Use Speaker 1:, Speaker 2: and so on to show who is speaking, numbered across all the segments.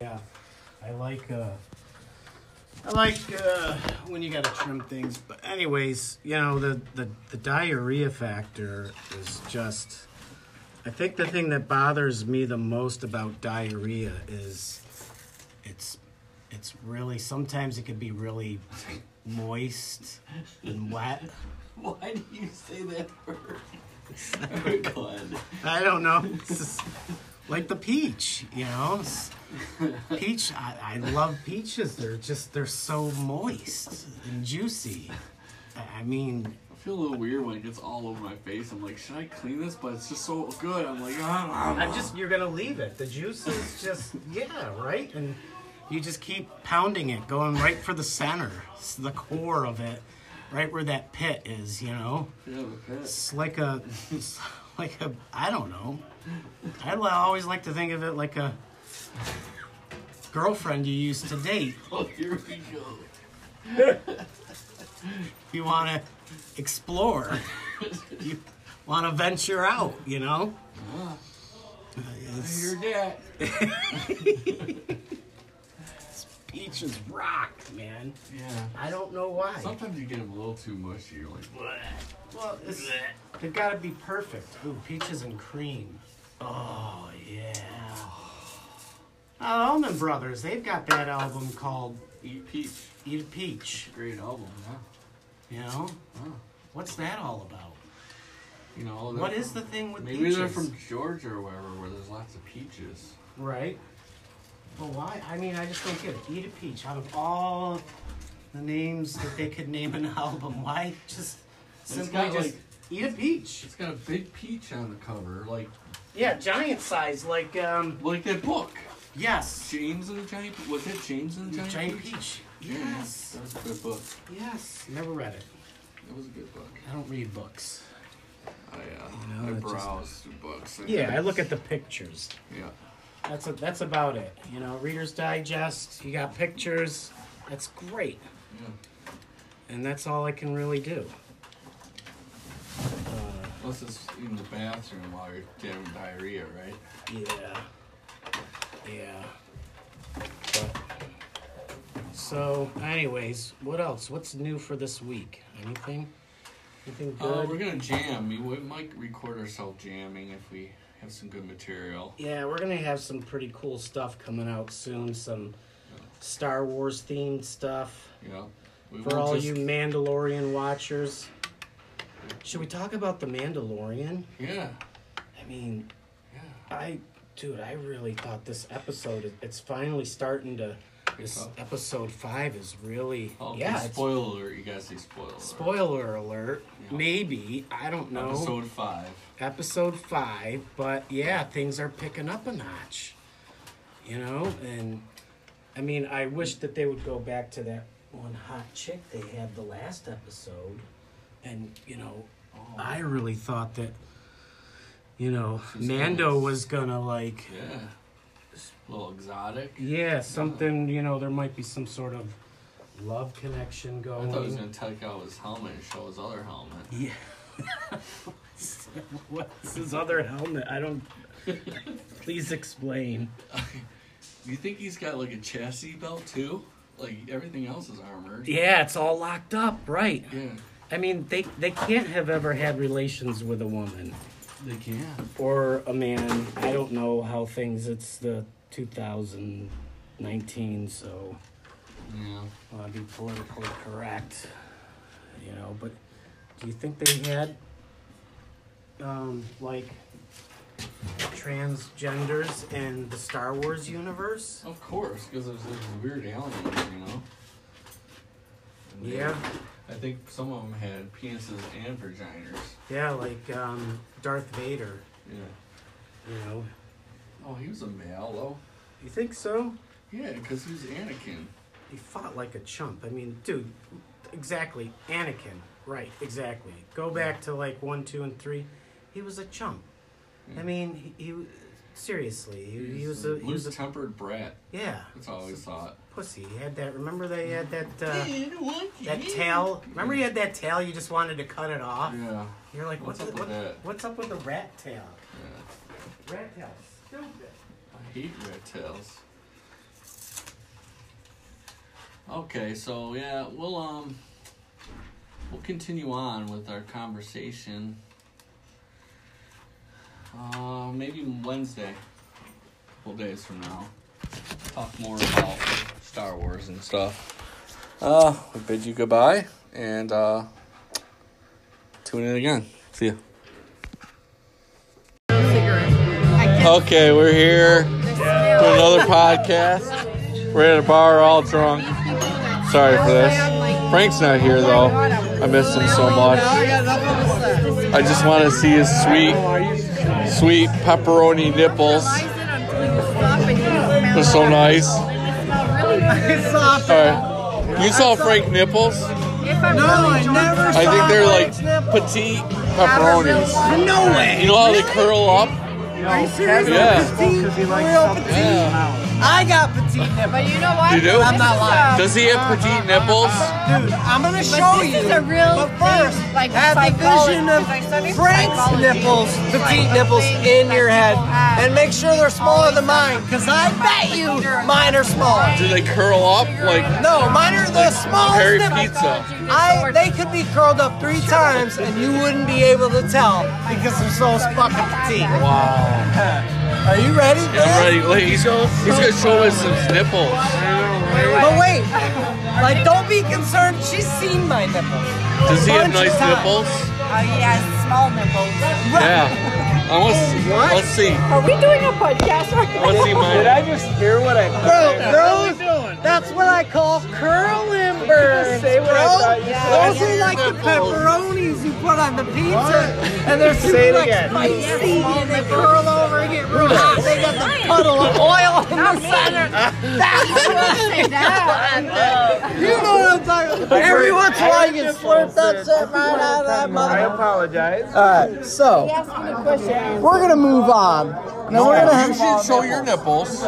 Speaker 1: Yeah, I like uh, I like uh, when you gotta trim things. But anyways, you know the the the diarrhea factor is just. I think the thing that bothers me the most about diarrhea is it's it's really sometimes it can be really moist and wet.
Speaker 2: Why do you say that word? Glenn.
Speaker 1: I don't know. It's just like the peach, you know. It's- Peach, I, I love peaches. They're just they're so moist and juicy. I- I mean,
Speaker 2: I feel a little weird when it gets all over my face. I'm like, should I clean this? But it's just so good. I'm like, ah, ah,
Speaker 1: I'm just you're gonna leave it. The juice is just yeah, right. And you just keep pounding it, going right for the center, s- the core of it, right where that pit is. You know,
Speaker 2: yeah, the pit.
Speaker 1: it's like a, it's like a, I don't know. I li- always like to think of it like a girlfriend you used to date.
Speaker 2: Oh, here we go.
Speaker 1: You want to explore. You want to venture out. You know. It's-
Speaker 2: Your dad.
Speaker 1: peaches rock, man.
Speaker 2: Yeah.
Speaker 1: I don't know why.
Speaker 2: Sometimes you get them a little too mushy. You're like,
Speaker 1: Well, it's, they've got to be perfect. Ooh, peaches and cream. Oh yeah. Uh, Allman Brothers, they've got that album called
Speaker 2: eat peach.
Speaker 1: Eat a Peach.
Speaker 2: Great album, huh?
Speaker 1: You know,
Speaker 2: Wow.
Speaker 1: what's that all about?
Speaker 2: You know, all
Speaker 1: What
Speaker 2: that-
Speaker 1: is the thing with
Speaker 2: Maybe
Speaker 1: peaches?
Speaker 2: they're from Georgia or wherever, where there's lots of peaches.
Speaker 1: right. Well, why? I mean, I just don't get it. Eat a peach. Out of all the names that they could name an album, why just simply
Speaker 2: got,
Speaker 1: just
Speaker 2: like-
Speaker 1: eat a peach?
Speaker 2: It's got a big peach on the cover, like
Speaker 1: Yeah, giant size, like um,
Speaker 2: like that book.
Speaker 1: yes,
Speaker 2: James and the Giant. Pe- Was it James and the Giant?
Speaker 1: giant
Speaker 2: Peach?
Speaker 1: peach.
Speaker 2: Yeah,
Speaker 1: Yes,
Speaker 2: that was a good book.
Speaker 1: yes. Never read it.
Speaker 2: That was a good book.
Speaker 1: I don't read books.
Speaker 2: I uh,
Speaker 1: know,
Speaker 2: I
Speaker 1: it just-
Speaker 2: browsed through books. and-
Speaker 1: Yeah, I look at the pictures.
Speaker 2: Yeah.
Speaker 1: That's a, that's about it. You know, Reader's Digest. You got pictures. That's great,
Speaker 2: Yeah.
Speaker 1: Mm. and that's all I can really do. Uh,
Speaker 2: Unless it's in the bathroom while you're getting diarrhea, right?
Speaker 1: Yeah. Yeah. But, so, anyways, what else? What's new for this week? Anything? Anything good?
Speaker 2: Uh, we're gonna jam. We, we might record ourselves jamming if we have some good material.
Speaker 1: yeah, we're gonna have some pretty cool stuff coming out soon. Some Star Wars themed stuff
Speaker 2: You know. We
Speaker 1: for
Speaker 2: won't
Speaker 1: all
Speaker 2: just-
Speaker 1: you Mandalorian watchers. Should we talk about the Mandalorian?
Speaker 2: Yeah.
Speaker 1: I mean,
Speaker 2: Yeah.
Speaker 1: I, dude, I really thought this episode. It's finally starting to. This
Speaker 2: up.
Speaker 1: episode five is really.
Speaker 2: Oh,
Speaker 1: yeah, it's
Speaker 2: spoiler alert. You guys say spoiler alert.
Speaker 1: Spoiler alert.
Speaker 2: Yeah.
Speaker 1: Maybe. I don't know. Episode.
Speaker 2: Episode 5.
Speaker 1: five. But yeah, things are picking up a notch. You know? And I mean, I wish that they would go back to that one hot chick they had the last episode. And, you know,
Speaker 2: Oh,
Speaker 1: I really thought that, you know,
Speaker 2: She's
Speaker 1: Mando
Speaker 2: nice.
Speaker 1: was gonna like.
Speaker 2: Yeah. A little exotic.
Speaker 1: Yeah, something, you know, there might be some sort of love connection
Speaker 2: I
Speaker 1: going
Speaker 2: thought he was going to take out his helmet and show his other helmet.
Speaker 1: Yeah. What's his other helmet? I don't. Please explain.
Speaker 2: Do you think he's got like a chassis belt too? Like everything else is armored.
Speaker 1: Yeah, it's all locked up, right?
Speaker 2: Yeah.
Speaker 1: I mean, they they can't have ever had relations with a woman
Speaker 2: They can.
Speaker 1: or a man. I don't know how things. It's the 2019, so
Speaker 2: Yeah.
Speaker 1: I want to be politically correct, you know. But do you think they had um, like transgenders in the Star Wars universe?
Speaker 2: Of course, because there's this weird aliens, you know? And they-
Speaker 1: Yeah,
Speaker 2: I think some of them had penises and vaginas.
Speaker 1: yeah, like um, Darth Vader,
Speaker 2: Yeah.
Speaker 1: you know.
Speaker 2: Oh, he was a male though.
Speaker 1: You think so?
Speaker 2: Yeah, because he was Anakin.
Speaker 1: He fought like a chump. I mean, dude, exactly. Anakin, right, exactly. Go back to like one, two, and three. He was a chump. I
Speaker 2: Yeah.
Speaker 1: mean, he, he seriously, he, he was a, he was
Speaker 2: loose
Speaker 1: a,
Speaker 2: tempered brat.
Speaker 1: yeah,
Speaker 2: That's all I always thought.
Speaker 1: pussy. He had that, remember they had that, uh,
Speaker 2: That
Speaker 1: that tail? Remember he had that tail, you just wanted to cut it off?
Speaker 2: Yeah.
Speaker 1: You're like, what's,
Speaker 2: What's
Speaker 1: the-
Speaker 2: up with
Speaker 1: what,
Speaker 2: that?
Speaker 1: what's up with the rat tail?
Speaker 2: yeah.
Speaker 1: Rat tail, stupid.
Speaker 2: I hate rat tails. Okay, so yeah, we'll um we'll continue on with our conversation. Uh, maybe Wednesday, a couple days from now. Talk more about Star Wars and stuff. Uh, we bid you goodbye and uh, tune in again. See ya.
Speaker 3: I can't.
Speaker 2: Okay, we're here
Speaker 3: There's
Speaker 2: for
Speaker 3: yeah.
Speaker 2: another podcast. We're at a bar, all drunk. Sorry for this. Frank's not here though. I miss him so much. I just want to see his sweet, sweet pepperoni nipples. They're so nice. All right. You saw Frank nipples?
Speaker 3: No, I never.
Speaker 2: I think they're like petite pepperonis.
Speaker 3: No way.
Speaker 2: You know how they curl up?
Speaker 4: Are you serious?
Speaker 2: Yeah.
Speaker 1: Because he likes
Speaker 4: Real
Speaker 1: something.
Speaker 4: petite.
Speaker 2: Yeah.
Speaker 4: I got petite nipples.
Speaker 3: But you know what?
Speaker 2: You do?
Speaker 3: This
Speaker 2: I'm
Speaker 4: not
Speaker 3: is
Speaker 4: lying.
Speaker 3: a-
Speaker 2: Does he have petite nipples?
Speaker 4: Dude, I'm gonna
Speaker 3: But
Speaker 4: show
Speaker 3: this
Speaker 4: you.
Speaker 3: is a real
Speaker 4: but first,
Speaker 3: thing, like
Speaker 4: have the
Speaker 3: psychology,
Speaker 4: vision of
Speaker 3: like study
Speaker 4: Frank's
Speaker 3: psychology.
Speaker 4: nipples,
Speaker 3: It's like
Speaker 4: petite
Speaker 3: a
Speaker 4: nipples,
Speaker 3: thing
Speaker 4: in
Speaker 3: that
Speaker 4: your head,
Speaker 3: people have.
Speaker 4: and make sure they're smaller than mine, because I bet you mine are smaller.
Speaker 2: Do they curl up like
Speaker 4: No, mine are the
Speaker 2: Harry
Speaker 4: smallest nipples.
Speaker 2: Pizza?
Speaker 4: I, they could be curled up three times, and you wouldn't be able to tell because they're so fucking petite.
Speaker 2: Wow.
Speaker 4: Are you ready?
Speaker 2: Yeah,
Speaker 4: man?
Speaker 2: I'm ready. Look, He's, he's gonna show us his nipples.
Speaker 4: But wait, like don't be concerned. She's seen my nipples.
Speaker 2: Does he have
Speaker 4: Bunch of
Speaker 2: nice
Speaker 4: times.
Speaker 2: nipples?
Speaker 3: Oh, he has small nipples.
Speaker 2: Yeah. I want to
Speaker 4: What?
Speaker 2: Let's see.
Speaker 3: Are we doing a podcast right
Speaker 2: I want to see mine.
Speaker 4: I just hear what I Bro, those, that's what I call curl and burn. Say what I thought you Those are like the pepperonis you put on the pizza, and they're super like spicy, and they curl over and get real hot. They got the puddle of oil in the center. That's what
Speaker 3: Say that.
Speaker 4: you know what I'm talking about. Every once in a while, you can slurp that shit right out of that mother. I apologize. All right, so.
Speaker 3: Ask me a question.
Speaker 4: We're gonna move on. Now we're gonna
Speaker 2: You
Speaker 4: have.
Speaker 2: should show your nipples.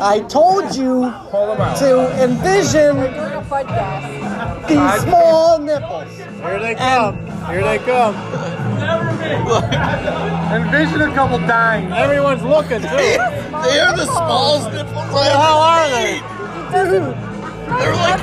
Speaker 4: I told you to envision
Speaker 3: Doing a podcast.
Speaker 4: these small nipples.
Speaker 1: Here they come. Here they come.
Speaker 4: Envision a couple dying.
Speaker 1: Everyone's looking too.
Speaker 2: They are the smallest nipples I ever
Speaker 4: hell are they?
Speaker 2: seen. They're like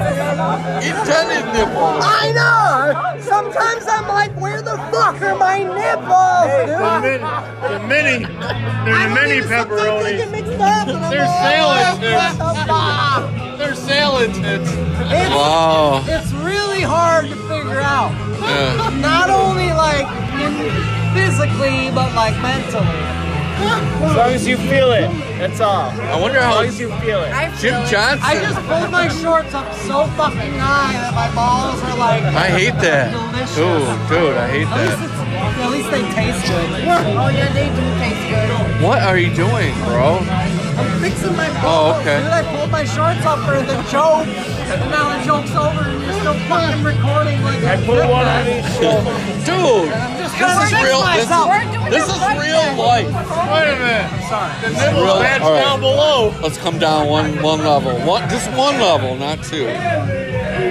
Speaker 2: intended nipples.
Speaker 4: I know. Sometimes I'm like, where the fuck are my nipples, dude?
Speaker 5: The mini, they're
Speaker 4: I
Speaker 5: the
Speaker 4: don't
Speaker 5: mini
Speaker 4: even- sometimes they
Speaker 5: pepperoni.
Speaker 4: get mixed up and I'm
Speaker 5: They're
Speaker 4: like, what
Speaker 5: salad
Speaker 4: the fuck?
Speaker 2: They're salad tits.
Speaker 4: It's-
Speaker 2: Wow.
Speaker 4: It's really hard to figure out.
Speaker 2: Yeah.
Speaker 4: Not only like in, physically, but like mentally.
Speaker 5: As long as you feel it, that's all. As
Speaker 2: I wonder how
Speaker 5: long as you feel it.
Speaker 3: I feel
Speaker 2: Jim
Speaker 3: it.
Speaker 4: I
Speaker 2: Johnson.
Speaker 4: just pulled my shorts up so fucking high that my balls are like.
Speaker 2: I hate that. Dude, dude, I hate
Speaker 4: At least,
Speaker 2: that.
Speaker 4: it's, at least they taste good.
Speaker 3: Oh, yeah, they do taste good.
Speaker 2: What are you doing, bro?
Speaker 4: I'm fixing my
Speaker 2: Oh,
Speaker 4: balls.
Speaker 2: okay.
Speaker 4: Dude, I pulled my shorts up for the joke, and now the joke's over, and you're still fucking recording like
Speaker 5: I
Speaker 4: a
Speaker 5: put one on
Speaker 4: jackass.
Speaker 5: each shoulder.
Speaker 2: Dude,
Speaker 4: I'm just
Speaker 2: this
Speaker 4: gonna
Speaker 2: is
Speaker 4: fix
Speaker 2: real. This
Speaker 4: myself.
Speaker 2: is,
Speaker 3: We're doing
Speaker 2: this
Speaker 3: a
Speaker 2: is real
Speaker 3: podcast.
Speaker 2: life.
Speaker 5: Wait a minute. The nipples
Speaker 2: Really?
Speaker 5: match
Speaker 2: All right.
Speaker 5: down below.
Speaker 2: Let's come down one one level. One, just one level, not two.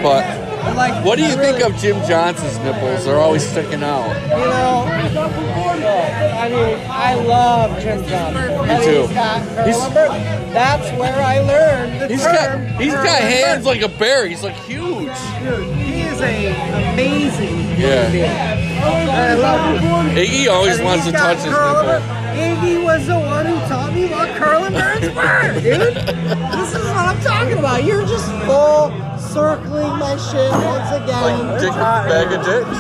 Speaker 2: But
Speaker 4: Like,
Speaker 2: What do you think of Jim Johnson's nipples? They're always sticking out.
Speaker 4: You know, I mean, I love Jim Johnson.
Speaker 2: Me too.
Speaker 4: He's got curl
Speaker 2: He's-
Speaker 4: and burn. That's where I learned the
Speaker 2: He's got
Speaker 4: term.
Speaker 2: he's
Speaker 4: curl
Speaker 2: got
Speaker 4: and
Speaker 2: hands like a bear. He's like huge.
Speaker 4: burn. Dude, he is a amazing
Speaker 2: Yeah.
Speaker 4: human being.
Speaker 5: Oh,
Speaker 4: I love him.
Speaker 2: Iggy always
Speaker 4: And
Speaker 2: wants to
Speaker 4: he's got
Speaker 2: touch his
Speaker 4: curl and
Speaker 2: nipple.
Speaker 4: burn. Iggy was the one who taught me what curl and burns were, dude. This is what I'm talking about. You're just full circling my shit once again.
Speaker 2: Dick bag of dicks.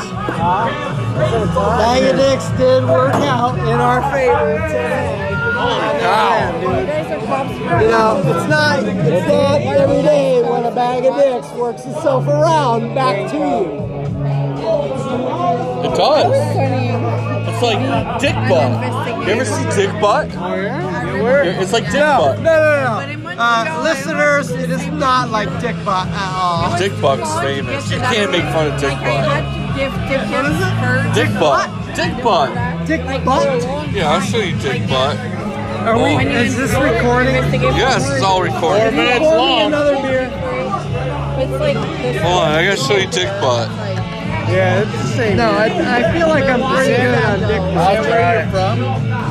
Speaker 4: Bag of dicks did work out in our favor today.
Speaker 2: Oh, Wow.
Speaker 4: You know, it's not it's not every day when a bag of dicks works itself around back to you.
Speaker 2: It does. It's like dick butt. You ever see dick butt? It's like dick butt.
Speaker 4: No,
Speaker 3: in
Speaker 4: no, no.
Speaker 3: Montreal,
Speaker 4: Uh, listeners, it is not like dick butt at all.
Speaker 2: Dick buck's famous. You can't make fun of dick
Speaker 3: Like, I
Speaker 2: butt.
Speaker 3: had to give dick
Speaker 4: What is it?
Speaker 3: birds.
Speaker 2: Dick butt. Dick butt.
Speaker 4: Dick
Speaker 3: Like, for a
Speaker 4: butt?
Speaker 3: long
Speaker 2: Yeah, I'll
Speaker 3: time.
Speaker 2: show you dick
Speaker 3: Like,
Speaker 2: butt.
Speaker 4: Are we? Is this recording?
Speaker 2: Yes, it's all recorded.
Speaker 5: minutes
Speaker 4: Pour me
Speaker 5: long.
Speaker 4: Another beer.
Speaker 3: It's like this.
Speaker 2: Hold on, I gotta show you dick butt.
Speaker 3: Like,
Speaker 5: Yeah, it's the same.
Speaker 4: No, I, I feel like I'm pretty good on dick butt.
Speaker 5: I'll try it.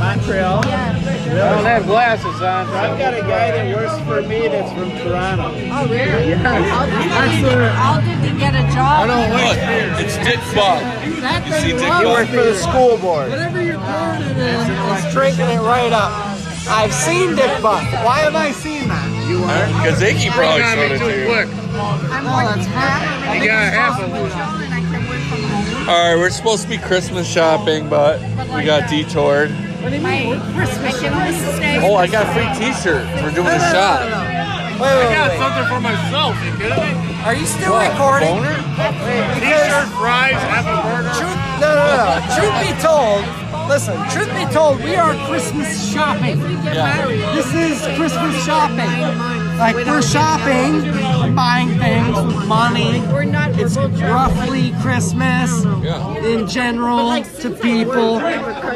Speaker 1: Montreal.
Speaker 3: yeah.
Speaker 5: I don't have glasses on. so-
Speaker 1: I've got a guy that works for me that's from Toronto.
Speaker 3: Oh, really? I'll just get, I'll just get a job. I don't
Speaker 2: Look, it's Dick Buck.
Speaker 4: That
Speaker 2: You see
Speaker 4: thing
Speaker 2: Dick
Speaker 4: loves
Speaker 5: You work for the school board.
Speaker 4: Whatever you're pouring it in, it's drinking it right up. I've seen Dick Buck. Why have I seen that? You
Speaker 2: Because Iggy probably showed it to you.
Speaker 3: I'm working half. You
Speaker 5: got half a
Speaker 3: one. And I can work from home.
Speaker 2: All right, we're supposed to be Christmas shopping, but we got detoured.
Speaker 3: Hey, I can only stay.
Speaker 2: Oh, I got a free T-shirt. We're doing a shop.
Speaker 4: Wait, wait, wait, wait.
Speaker 5: something for myself. You kidding me?
Speaker 4: Are you still recording?
Speaker 5: T-shirt, fries, apple burger.
Speaker 4: Truth, no, no, no. Truth be told, listen. Truth be told, we are Christmas shopping. This is Christmas shopping. Like we're shopping, buying things, money.
Speaker 3: We're not
Speaker 4: It's
Speaker 3: verbal jokes.
Speaker 4: roughly Christmas in general to people.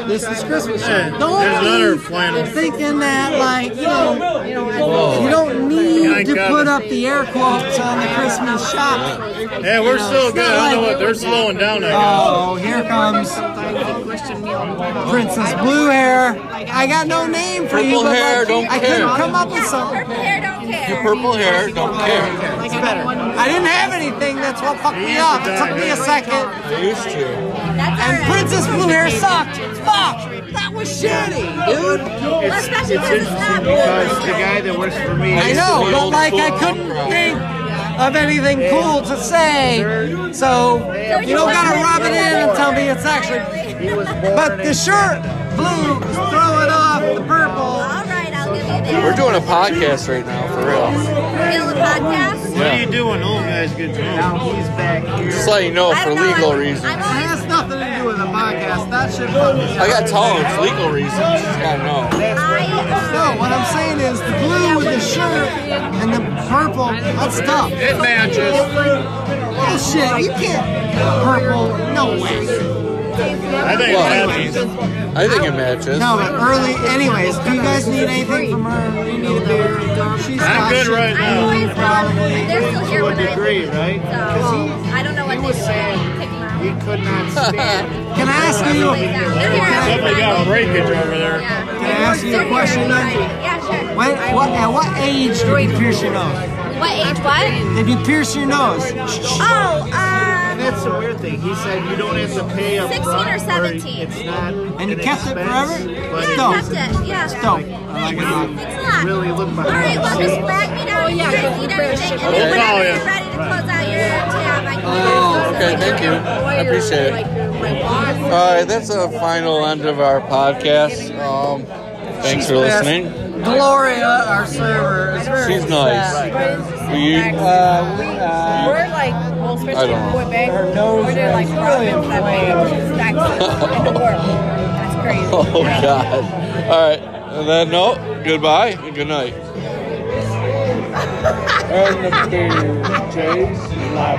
Speaker 4: This is Christmas. shopping.
Speaker 1: There's another
Speaker 4: Don't
Speaker 1: flannel.
Speaker 4: be thinking that, like, you know, you don't need to put up the air quotes on the Christmas shopping.
Speaker 1: Yeah, we're still good. I don't know what they're slowing down. I guess.
Speaker 5: Uh,
Speaker 4: Oh, here comes Princess Blue Hair. I got no name for
Speaker 2: Purple
Speaker 4: you, but like,
Speaker 2: hair, don't
Speaker 4: I couldn't
Speaker 2: care.
Speaker 4: come up with something.
Speaker 3: Hair don't care.
Speaker 2: Purple hair, don't care.
Speaker 4: It's better. I didn't have anything. That's what fucked me up. It took me a second.
Speaker 2: I used to.
Speaker 3: That's
Speaker 4: And
Speaker 3: all right.
Speaker 4: Princess Blue Hair sucked. Fuck. That was shitty, dude.
Speaker 3: Especially when it's not
Speaker 5: Because the guy that works for me.
Speaker 4: I know, but like I couldn't think of anything cool to say. So you don't gotta rub it in and tell me it's actually.
Speaker 5: He was born
Speaker 4: But the
Speaker 5: in
Speaker 4: shirt, blue, throw it off the purple.
Speaker 3: All right, I'll give you that.
Speaker 2: We're doing a podcast right now, for real.
Speaker 3: Feel the podcast.
Speaker 1: What are you doing? Old guys get drunk.
Speaker 5: Now he's back here.
Speaker 2: Just let you know for legal reasons.
Speaker 3: I'm
Speaker 4: It
Speaker 3: always,
Speaker 4: has nothing to do with the podcast. That should be.
Speaker 2: I got tones, legal reasons. Just gotta know.
Speaker 3: I, uh,
Speaker 4: No, what I'm saying is the blue with the shirt and the purple, that's tough.
Speaker 5: It matches.
Speaker 4: Bullshit, you can't. Purple, no way.
Speaker 1: I think
Speaker 2: Well,
Speaker 1: it's happy.
Speaker 2: I think it matches.
Speaker 4: No, but early, anyways, do you guys need anything from her? You need a beer?
Speaker 1: I'm
Speaker 4: She's got
Speaker 1: good
Speaker 4: shit.
Speaker 1: right
Speaker 3: I
Speaker 1: now.
Speaker 3: always thought they're still here when I
Speaker 5: Degree,
Speaker 3: leave. So
Speaker 5: right?
Speaker 3: I don't know what they
Speaker 5: He
Speaker 3: did.
Speaker 5: could not stand.
Speaker 4: Can I ask
Speaker 3: They're
Speaker 4: you,
Speaker 3: here
Speaker 1: Somebody got a breakage over there.
Speaker 3: Yeah.
Speaker 4: Can I ask you a
Speaker 3: They're here
Speaker 4: question,
Speaker 3: every
Speaker 4: Nike?
Speaker 3: Friday. Yeah, sure.
Speaker 4: when, what, at what age do you pierce your nose?
Speaker 3: What age? What?
Speaker 4: Did you pierce your nose?
Speaker 3: Oh, um,
Speaker 5: That's the weird thing. He said you don't have to pay up
Speaker 3: 16 or
Speaker 5: front, or
Speaker 3: 17.
Speaker 5: It's not
Speaker 4: And you
Speaker 5: an
Speaker 4: kept it
Speaker 5: expense,
Speaker 4: forever?
Speaker 5: But
Speaker 4: No.
Speaker 3: yeah, I kept it. Yeah.
Speaker 4: Dope. I like it a lot.
Speaker 3: It's not.
Speaker 5: Really look
Speaker 3: All right,
Speaker 5: behind
Speaker 3: well,
Speaker 5: the
Speaker 3: just
Speaker 5: scenes.
Speaker 3: flag me down. You guys eat everything, and then
Speaker 1: Oh,
Speaker 3: whenever
Speaker 1: yeah.
Speaker 3: you're ready to close out your tab, I can.
Speaker 4: Oh,
Speaker 2: Okay, thank you. I appreciate it. All right, that's the final end of our podcast. Um, thanks for listening.
Speaker 4: Gloria, our server, is very
Speaker 2: She's nice. Will you?
Speaker 4: Uh, we, uh,
Speaker 6: We're like, well,
Speaker 2: I
Speaker 6: especially in
Speaker 2: don't know.
Speaker 6: Quebec,
Speaker 4: Her nose
Speaker 6: we're like
Speaker 4: is really
Speaker 6: province that big, just taxes and the world. That's crazy.
Speaker 2: Oh God! All right. On that note, goodbye and good night.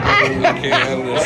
Speaker 2: Okay, I'm just-